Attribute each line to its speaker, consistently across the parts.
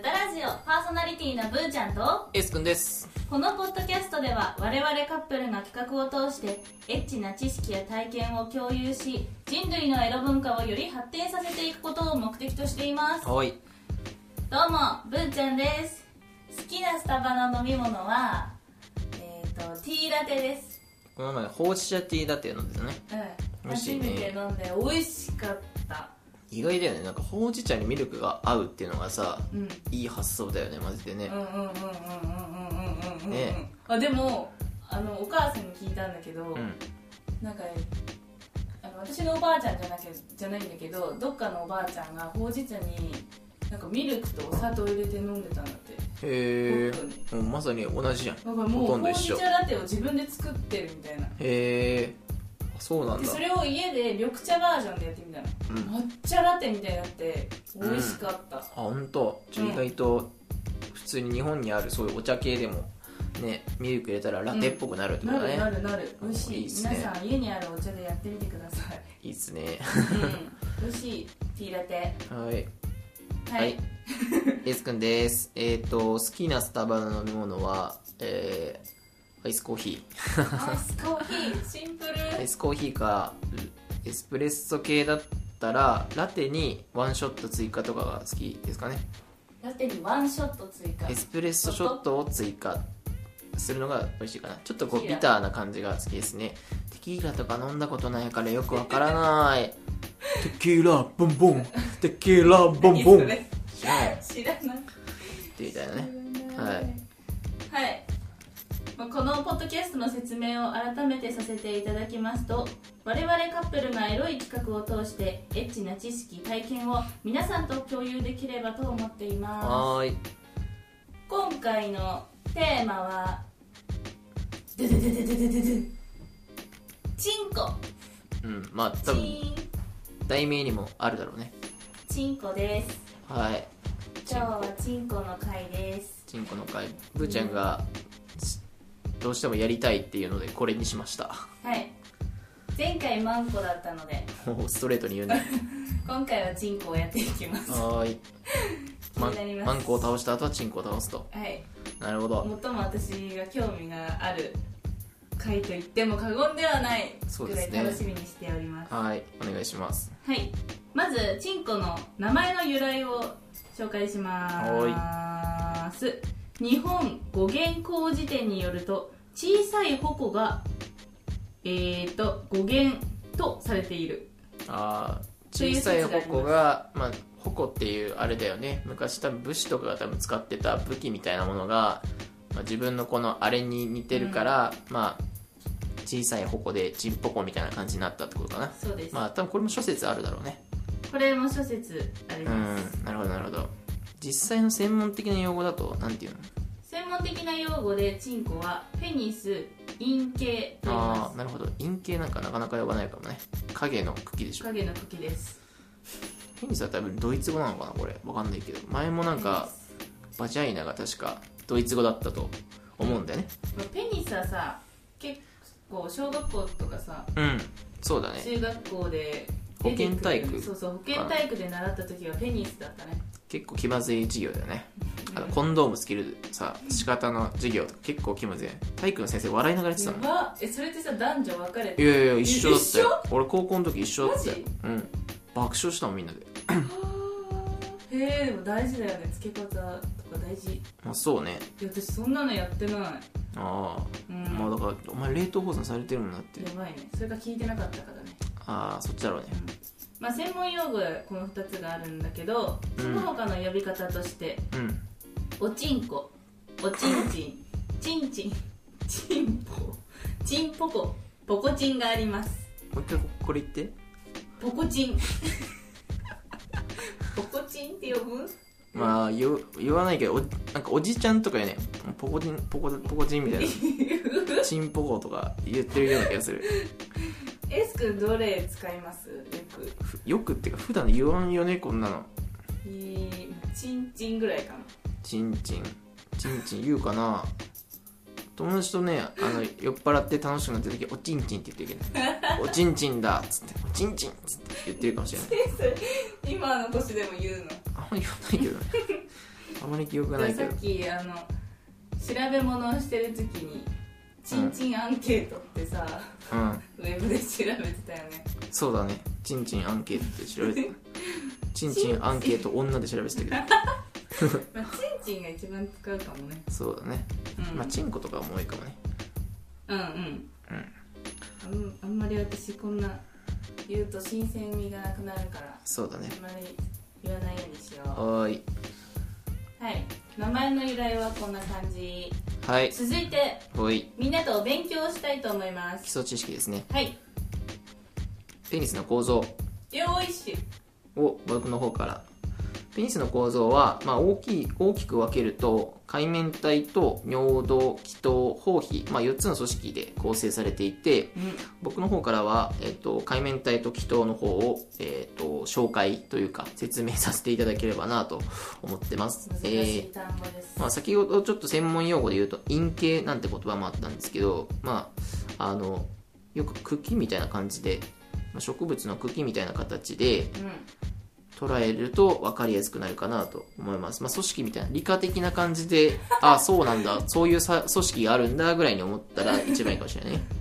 Speaker 1: 歌ラジオパーソナリティのぶーちゃんと
Speaker 2: S 君です
Speaker 1: このポッドキャストでは我々カップルが企画を通してエッチな知識や体験を共有し人類のエロ文化をより発展させていくことを目的としていますどう
Speaker 2: はい
Speaker 1: もぶーちゃんです好きなスタバの飲み物はえっ、とティーラテです
Speaker 2: この前ほうじ茶ティーラテなんですよね
Speaker 1: うん
Speaker 2: 美味
Speaker 1: 初
Speaker 2: しい
Speaker 1: め
Speaker 2: ね
Speaker 1: て飲んで美味しかった
Speaker 2: 意外だよねなんかほうじ茶にミルクが合うっていうのがさ
Speaker 1: うん
Speaker 2: いい発想だよねマジでね
Speaker 1: うんうんうんうんうんうんうんうんうんうん
Speaker 2: ね
Speaker 1: あでもあのお母さんに聞いたんだけど、
Speaker 2: うん
Speaker 1: なんかあの私のおばあちゃんじゃなきゃじゃないんだけどどっかのおばあちゃんがほうじ茶になんかミルクとお砂糖入れて飲んでたんだって
Speaker 2: へ
Speaker 1: 本
Speaker 2: えもうまさに同じじゃんへ
Speaker 1: だからもう
Speaker 2: ほ
Speaker 1: ほ
Speaker 2: とんど
Speaker 1: う
Speaker 2: 一
Speaker 1: じ
Speaker 2: 緒
Speaker 1: 茶ラテを自分で作ってるみたいな
Speaker 2: えそうなん
Speaker 1: で
Speaker 2: だ
Speaker 1: それを家で緑茶バージョンでやってみたの、
Speaker 2: うん
Speaker 1: 抹茶ラテみたいになって美味しかった、
Speaker 2: あ本当じゃあ
Speaker 1: うん
Speaker 2: 意外と普通に日本にあるそういうお茶系でもねミルク入れたらラテっぽくなるってこと
Speaker 1: な
Speaker 2: だ
Speaker 1: る
Speaker 2: ね、
Speaker 1: なるなる美味しい
Speaker 2: いいっすね
Speaker 1: 皆さん家にあるお茶でやってみてください、
Speaker 2: いいっす ね
Speaker 1: うん、美味しいティーラテ
Speaker 2: はい
Speaker 1: はい、
Speaker 2: はい S 君ですえっ、と好きなスタバの飲み物はえーアイスコーヒ
Speaker 1: アイスコーヒーシンプル
Speaker 2: ーアイスコーヒーかエスプレッソ系だったらラテにワンショット追加とかが好きですかね
Speaker 1: ラテにワンショット追加
Speaker 2: エスプレッソショットを追加するのが美味しいかなちょっとこうビターな感じが好きですねテキーラとか飲んだことないからよくわからない テキーラボンボンテキーラボンボン
Speaker 1: 何そ
Speaker 2: はい
Speaker 1: れ知らない
Speaker 2: ってみたいなね
Speaker 1: はいはい、まあこのポッドキャストの説明を改めてさせていただきますと我々カップルがエロい企画を通してエッチな知識体験を皆さんと共有できればと思っていま
Speaker 2: はーい
Speaker 1: す今回のテーマはドゥドゥドゥドゥドゥドゥドゥチンコ
Speaker 2: うんまあ多分
Speaker 1: チン
Speaker 2: 題名にもあるだろうね
Speaker 1: チンコです
Speaker 2: はい
Speaker 1: 今日はチンコの回です
Speaker 2: チンコの会ぶーちゃんがしどうしてもやりたいっていうのでこれにしました
Speaker 1: はい前回マンコだったので
Speaker 2: もうストレートに 言うね
Speaker 1: 今回はチンコをやっていきます
Speaker 2: はーいマン
Speaker 1: 気になります
Speaker 2: マンコを倒した後はチンコを倒すと
Speaker 1: はい
Speaker 2: なるほど
Speaker 1: 最も私が興味がある回と言っても過言ではない
Speaker 2: そう
Speaker 1: く
Speaker 2: で
Speaker 1: ら
Speaker 2: す
Speaker 1: い
Speaker 2: ね
Speaker 1: 楽しみにしております
Speaker 2: はいお願いします
Speaker 1: はいまずチンコの名前の由来を紹介します日本語源公辞典によると小さい矛がえーと語源とされている
Speaker 2: あー
Speaker 1: という
Speaker 2: 小
Speaker 1: 説
Speaker 2: さ
Speaker 1: があり
Speaker 2: い
Speaker 1: ます
Speaker 2: 矛がまあ矛っていうあれだよね昔多分武士とかが多分使ってた武器みたいなものが、まあ、自分のこのあれに似てるから、まあ小さい矛でチンポコみたいな感じになったってことかな
Speaker 1: そうです、
Speaker 2: まあ多分これも諸説あるだろうね
Speaker 1: これも諸説あり
Speaker 2: う
Speaker 1: ます、
Speaker 2: んなるほどなるほど実際の専門的な用語だとなんていうの
Speaker 1: 専門的な用語でチンコはペニス陰茎と言い
Speaker 2: あ
Speaker 1: ま
Speaker 2: あなるほど陰茎なんかなかなか呼ばないかもね影の茎でし
Speaker 1: す
Speaker 2: ょ
Speaker 1: 影の茎です
Speaker 2: ペニスは多分ドイツ語なのかなこれわかんないけど前もなんかバジャイナが確かドイツ語だったと思うんだよね
Speaker 1: ペニスはさ結構小学校とかさ
Speaker 2: うんそうだね
Speaker 1: 中学校で出てくる
Speaker 2: 保健体育
Speaker 1: そうそう保健体育で習った時はペニスだったね
Speaker 2: 結構気まずい授業だよねあの
Speaker 1: うん
Speaker 2: コンドームつけるさ仕方の授業とか結構気まずい体育の先生笑いながらやってた
Speaker 1: や
Speaker 2: の
Speaker 1: ばえそれってさ男女分かれ
Speaker 2: い
Speaker 1: て
Speaker 2: やいや一緒だったよ俺高校の時一緒だったよ
Speaker 1: マジ
Speaker 2: うん爆笑したもんみんなで
Speaker 1: へえでも大事だよね付け方とか大事い
Speaker 2: まあそうね
Speaker 1: や私そんなのやってない
Speaker 2: あ
Speaker 1: う
Speaker 2: あ、まあ
Speaker 1: ん
Speaker 2: だからお前冷凍保存されてるもんなって
Speaker 1: やばいねそれが聞いてなかったからね
Speaker 2: ああそっちだろうね
Speaker 1: まあ、専門用語この2つがあるんだけど
Speaker 2: うん
Speaker 1: その他の呼び方として、
Speaker 2: うん
Speaker 1: おちんこおちんちん ちんちんちんぽちんぽこぽこちんがあります
Speaker 2: もう一回これ言って
Speaker 1: ぽこち んぽこちんって呼 ぶ
Speaker 2: まあ言う言わないけどおなんかおじちゃんとかよねポコチンポコポコチンみたいなチンポコとか言ってるような気がする
Speaker 1: S 君どれ使いますよく
Speaker 2: ふよくっていうか普段言わんよねこんなの
Speaker 1: えーちんちんぐらいか な
Speaker 2: チンチンチンチン言うかな友達とねあの酔っ払って楽しくなった時「おちんちん」って言ってるけど ね「おちんちんだ」っつって「おちんちん」っつって言ってるかもしれない
Speaker 1: えそれ今の年でも言うの
Speaker 2: あんまり言わないけどねあんまり記憶がないけ
Speaker 1: さ
Speaker 2: ど
Speaker 1: っきあの調べ物をしてる時に「ちんちんアンケート」ってさ、
Speaker 2: うん
Speaker 1: ウェブで調べてたよね
Speaker 2: そうだねちんちんアンケートで調べてちんちんアンケート女で調べてたけど
Speaker 1: まあ、チンチンが一番使うかもね、
Speaker 2: そうだね
Speaker 1: うん、
Speaker 2: まあちんことかも多いかもね
Speaker 1: うんうんあんあんまり私こんな言うと新鮮味がなくなるから
Speaker 2: そうだね
Speaker 1: あんまり言わないようにしよう
Speaker 2: はーい
Speaker 1: はい名前の由来はこんな感じ
Speaker 2: はい
Speaker 1: 続いて
Speaker 2: ほい
Speaker 1: みんなとお勉強したいと思いま
Speaker 2: 基
Speaker 1: す
Speaker 2: 礎知識ですね
Speaker 1: はい
Speaker 2: ペニスの構造
Speaker 1: よーいし
Speaker 2: を僕の方からペニスの構造は、まあ、大きい大きく分けると海綿体と尿道気筒包皮、まあ、4つの組織で構成されていて
Speaker 1: うん
Speaker 2: 僕の方からは、えっと海綿体と気筒の方を、えっと紹介というか説明させていただければなと思ってます
Speaker 1: 難
Speaker 2: え
Speaker 1: し
Speaker 2: ー
Speaker 1: い単語です、
Speaker 2: まあ、先ほどちょっと専門用語で言うと陰茎なんて言葉もあったんですけど、まあ、あのよく茎みたいな感じでまあ植物の茎みたいな形で捉えると分かりやすくなるかなと思います、まあ、組織みたいな理科的な感じであそうなんだそういうさ組織があるんだぐらいに思ったら一番いいかもしれないね、
Speaker 1: うん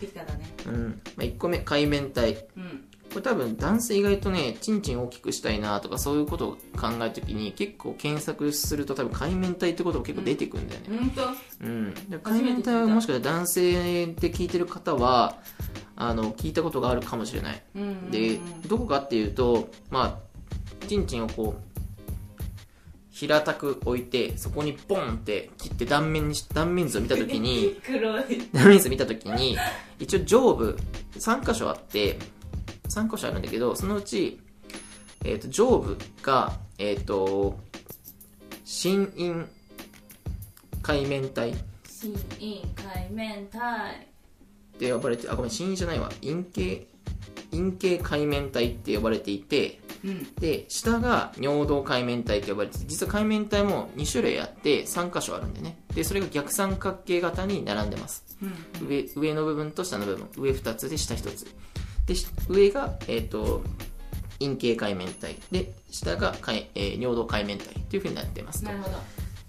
Speaker 1: ピカだね
Speaker 2: うんまあ、1個目海綿体
Speaker 1: うん
Speaker 2: これ多分男性意外とねちんちん大きくしたいなとかそういうことを考えるときに結構検索すると多分海綿体ってことも結構出てくるんだよね、
Speaker 1: うんと
Speaker 2: うん、で
Speaker 1: 初
Speaker 2: 海
Speaker 1: めて聞
Speaker 2: 綿
Speaker 1: いた
Speaker 2: 体はもしかしたら男性って聞いてる方はあの聞いたことがあるかもしれない
Speaker 1: うんうんうん
Speaker 2: でどこかっていうとまあちんちんをこう平たく置いてそこにポンって切って断面にし断面図を見た時 に
Speaker 1: 黒い
Speaker 2: 断面図見た時に一応上部3箇所あって3箇所あるんだけどそのうち、えー、と上部がえっ、と心陰海綿体
Speaker 1: 新委海綿体
Speaker 2: って呼ばれてあごめん新陰じゃないわ陰茎陰茎海綿体って呼ばれていて
Speaker 1: うん
Speaker 2: で下が尿道海綿体って呼ばれてて実は海綿体も2種類あって3箇所あるんでねでそれが逆三角形型に並んでます
Speaker 1: うん
Speaker 2: 上上の部分と下の部分上2つで下1つでし上がえっ、と陰茎海綿体で下が海、えー尿道海綿体というふうになってます
Speaker 1: な
Speaker 2: と
Speaker 1: るほど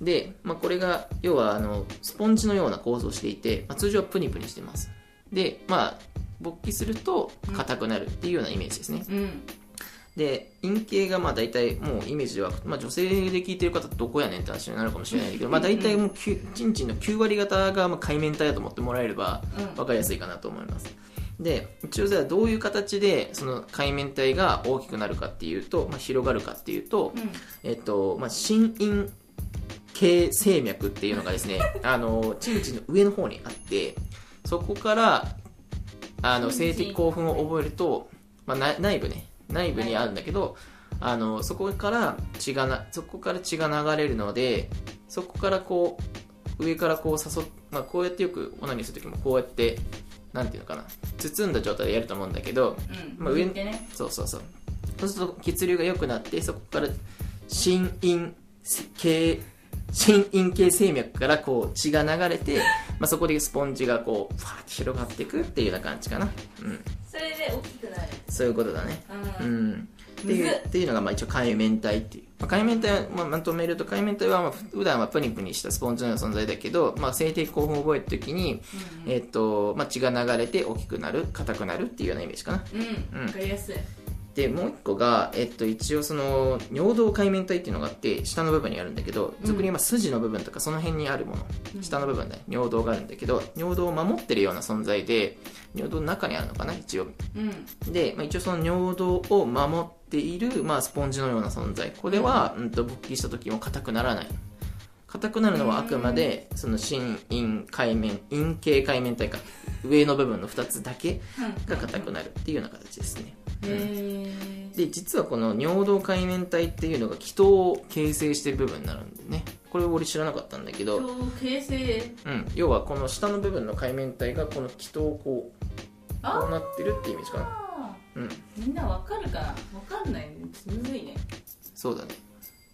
Speaker 2: で、まあ、これが要はあのスポンジのような構造をしていて、まあ、通常はプニプニしてますでまあ勃起すると硬くなるっていうようなイメージですね、
Speaker 1: うん
Speaker 2: で陰茎がまあ大体もうイメージでは、まあ、女性で聞いてる方どこやねんって話になるかもしれないけど、まあ、大体もうきゅちんちんの9割方がまあ海綿体だと思ってもらえれば
Speaker 1: うん
Speaker 2: 分かりやすいかなと思いますで一応じゃあどういう形でその海綿体が大きくなるかっていうと、まあ、広がるかっていうと、
Speaker 1: うん
Speaker 2: えっと、まあ、心因系静脈っていうのがですね、あの、チンチンの上の方にあって、そこから、あの、
Speaker 1: チンチン
Speaker 2: 性的興奮を覚えると、まあ、な内部ね、内部にあるんだけど、あの、そこから血がな、そこから血が流れるので、そこからこう、上からこう誘っ、まあ、こうやってよくオナニーするときもこうやって、なんていうのかな、包んだ状態でやると思うんだけど、
Speaker 1: うん
Speaker 2: まあ上
Speaker 1: ってね
Speaker 2: そうそうそうそうすると血流が良くなってそこから心因系心因系静脈からこう血が流れて、まあ、そこでスポンジがこうファーって広がっていくっていうような感じかな、うん、
Speaker 1: それで大きくなる
Speaker 2: そういうことだねう
Speaker 1: うん
Speaker 2: んっていうっていうのがまあ一応海綿体っていう、まあ、海綿体はまあまとめると海綿体はまあ普段はプニプニしたスポンジのような存在だけど、まあ、性的興奮を覚えるときに、えっとまあ、血が流れて大きくなる硬くなるっていうようなイメージかな
Speaker 1: うん
Speaker 2: うん
Speaker 1: わかりやすい
Speaker 2: でもう一個が、えっと、一応その尿道海綿体っていうのがあって下の部分にあるんだけど
Speaker 1: うん
Speaker 2: 俗に言えば筋の部分とかその辺にあるもの、
Speaker 1: うん
Speaker 2: 下の部分だね尿道があるんだけど尿道を守ってるような存在で尿道の中にあるのかな一応
Speaker 1: うん
Speaker 2: で、まあ、一応その尿道を守っている、まあ、スポンジのような存在これは、うん、と勃起した時も硬くならない硬くなるのはあくまでその心陰海綿陰茎海綿体か上の部分の2つだけが硬くなるっていうような形ですね、
Speaker 1: へえ
Speaker 2: で実はこの尿道海綿体っていうのが気筒を形成してる部分になるんでねこれ俺知らなかったんだけど、
Speaker 1: 超形成
Speaker 2: うん、要はこの下の部分の海綿体がこの気筒をこう
Speaker 1: あ
Speaker 2: こうなってるってイメージかな
Speaker 1: あ
Speaker 2: うん
Speaker 1: ーみんなわかるかなわかんないねむずいね
Speaker 2: そうだね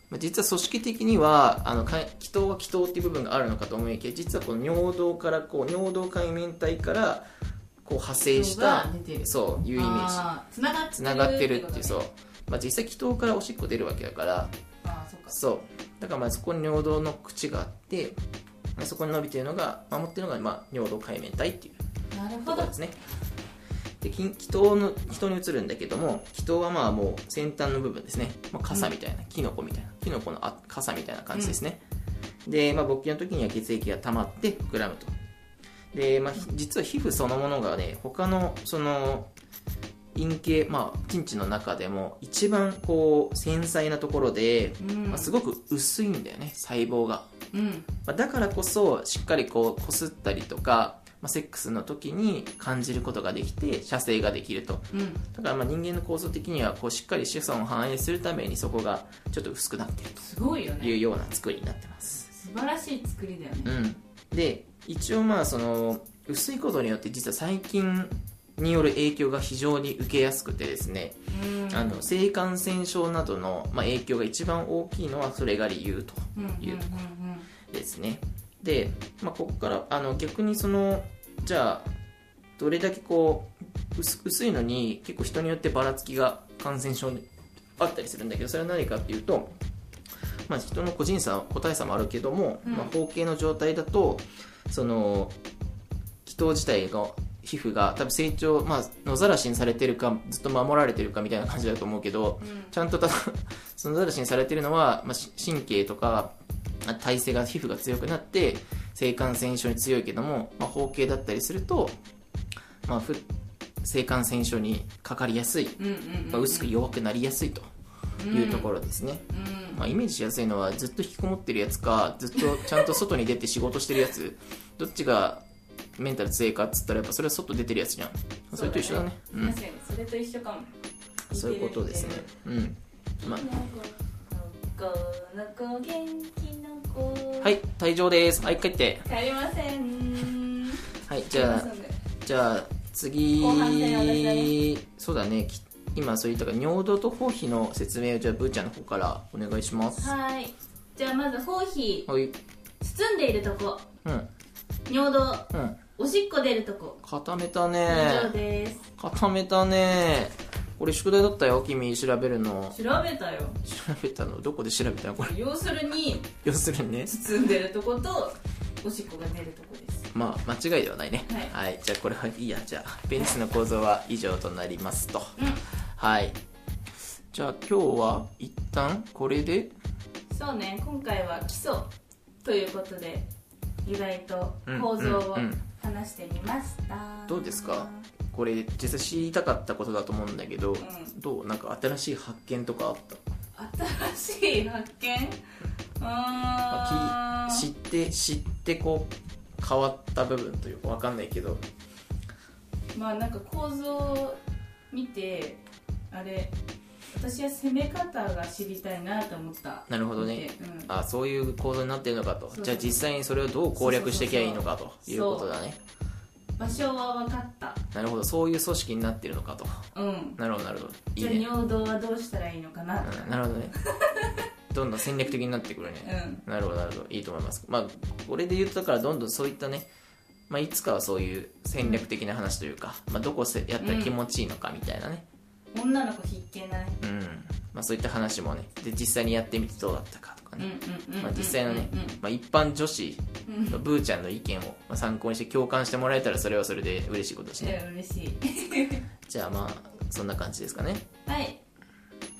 Speaker 2: まあ実は組織的にはあのかい気筒は気筒っていう部分があるのかと思いきや実はこの尿道からこう尿道海綿体からこう派生し
Speaker 1: 気
Speaker 2: た
Speaker 1: 筒が出てる
Speaker 2: そういうイメージ
Speaker 1: つながってる
Speaker 2: つながってるっていうそうう、まあ、実際気筒からおしっこ出るわけだから
Speaker 1: ああそっか
Speaker 2: そうだからまあそこに尿道の口があってまあそこに伸びてるのが守ってるのがまあ尿道界面体っていう
Speaker 1: なる
Speaker 2: と
Speaker 1: ほ
Speaker 2: こ
Speaker 1: ど
Speaker 2: ろですねで筋気筒の人に移るんだけども気筒はまあもう先端の部分ですね、まあ、傘みたいな、キノコみたいなキノコのあ傘みたいな感じですね、で、まあ、勃起の時には血液が溜まって膨らむとで、まあ、ひ実は皮膚そのものがね他のその陰茎まあ筋地の中でも一番こう繊細なところで、
Speaker 1: うん
Speaker 2: まあ、すごく薄いんだよね細胞が
Speaker 1: うん
Speaker 2: まあだからこそしっかりこうこすったりとか、まあ、セックスの時に感じることができて射精ができると
Speaker 1: うん
Speaker 2: だからまあ人間の構造的にはこうしっかり子孫を反映するためにそこがちょっと薄くなっている
Speaker 1: すごいよ
Speaker 2: という
Speaker 1: ね
Speaker 2: ような作りになってます、
Speaker 1: 素晴らしい作りだよね
Speaker 2: うん、で一応まあその薄いことによって実は細菌による影響が非常に受けやすくてですね
Speaker 1: うん
Speaker 2: あの性感染症などのまあ影響が一番大きいのはそれが理由と
Speaker 1: うんうんうん
Speaker 2: いうとですねで、まあ、ここからあの逆にそのじゃあどれだけこう薄薄いのに結構人によってばらつきが感染症にあったりするんだけどそれは何かっていうと、まあ、人の個人差個体差もあるけども、
Speaker 1: うん
Speaker 2: まあ、包茎の状態だとその気筒自体の皮膚が多分成長、まあ、野ざらしにされてるかずっと守られてるかみたいな感じだと思うけど、
Speaker 1: うん
Speaker 2: ちゃんとただそのざらしにされてるのは、まあ、し神経とかあ体勢が皮膚が強くなって性感染症に強いけども、まあ、包茎だったりすると、まあ、ふ性感染症にかかりやすい、
Speaker 1: うんうんうんうん
Speaker 2: まあ、薄く弱くなりやすいというところですね、
Speaker 1: うん
Speaker 2: まあ、イメージしやすいのはずっと引きこもってるやつかずっとちゃんと外に出て仕事してるやつどっちがメンタル強いかっつったらやっぱそれは外出てるやつじゃんそれと一緒だね
Speaker 1: そうだね確かにそれと一緒かも
Speaker 2: うん、そういうことですねうんまあ
Speaker 1: の子の子元気の子
Speaker 2: はい退場ですはい帰って
Speaker 1: 帰りません
Speaker 2: はいじゃあじゃあ次
Speaker 1: 後半戦私だ
Speaker 2: そうだねき今そういったから尿道と包皮の説明をじゃあブーちゃんの方からお願いしますは
Speaker 1: はいじゃあまず包皮
Speaker 2: い
Speaker 1: 包んでいるとこ
Speaker 2: うん
Speaker 1: 尿道
Speaker 2: うん
Speaker 1: おしっこ出るとこ
Speaker 2: 固めた
Speaker 1: 以上
Speaker 2: ね
Speaker 1: です
Speaker 2: 固めたねこれ宿題だったよ君調べるの
Speaker 1: 調べたよ
Speaker 2: 調べたのどこで調べたのこれ
Speaker 1: 要するに
Speaker 2: 要するにね
Speaker 1: 包んでるとことおしっこが出るとこです
Speaker 2: まあ間違いではないね
Speaker 1: は
Speaker 2: はい、じゃあこれはいいやじゃあベンチの構造は以上となりますと
Speaker 1: う
Speaker 2: はいじゃあ今日は一旦これで
Speaker 1: んそうね今回は基礎ということで由来と
Speaker 2: うん
Speaker 1: 構造を
Speaker 2: うんうん
Speaker 1: 話してみました、
Speaker 2: どうですかこれ実際知りたかったことだと思うんだけど、
Speaker 1: ん
Speaker 2: どうなんか新しい発見とかあった
Speaker 1: 新しい発見うー
Speaker 2: あ
Speaker 1: ん
Speaker 2: き知って知ってこう変わった部分というかわかんないけど
Speaker 1: まあなんか構造を見てあれ私は攻め方が知りたいなと思った
Speaker 2: なるほどね、
Speaker 1: 見てうん
Speaker 2: あそういう構造になってるのかと
Speaker 1: そうそう
Speaker 2: じゃあ実際にそれをどう攻略していけばいいのかということだね
Speaker 1: 場所は分かった
Speaker 2: なるほどそういう組織になってるのかと
Speaker 1: うん
Speaker 2: なるほどなるほどい
Speaker 1: じゃ
Speaker 2: いね
Speaker 1: あ尿道はどうしたらいいのかなとか
Speaker 2: うんなるほどねどんどん戦略的になってくるね、
Speaker 1: うん
Speaker 2: なるほどなるほどいいと思いますまあこれで言うとだからどんどんそういったね、まあ、いつかはそういう戦略的な話というか、まあ、どこせやったら気持ちいいのかみたいなね
Speaker 1: 女の子必見だね
Speaker 2: うん、まあ、そういった話もねで実際にやってみてどうだったかとか
Speaker 1: うんう
Speaker 2: ね、
Speaker 1: んうん
Speaker 2: まあ、実際のね、
Speaker 1: うん
Speaker 2: まあ、一般女子
Speaker 1: うんうん
Speaker 2: のブーちゃんの意見をまあ参考にして共感してもらえたらそれはそれで嬉しいことですね、
Speaker 1: うん嬉しい
Speaker 2: じゃあまあそんな感じですかね
Speaker 1: はい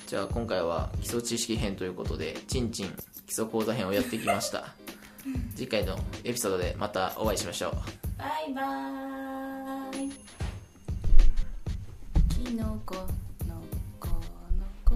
Speaker 2: じゃあ今回は基礎知識編ということでちんちん基礎講座編をやってきました 次回のエピソードでまたお会いしましょう
Speaker 1: バイバーイキノコのこのこ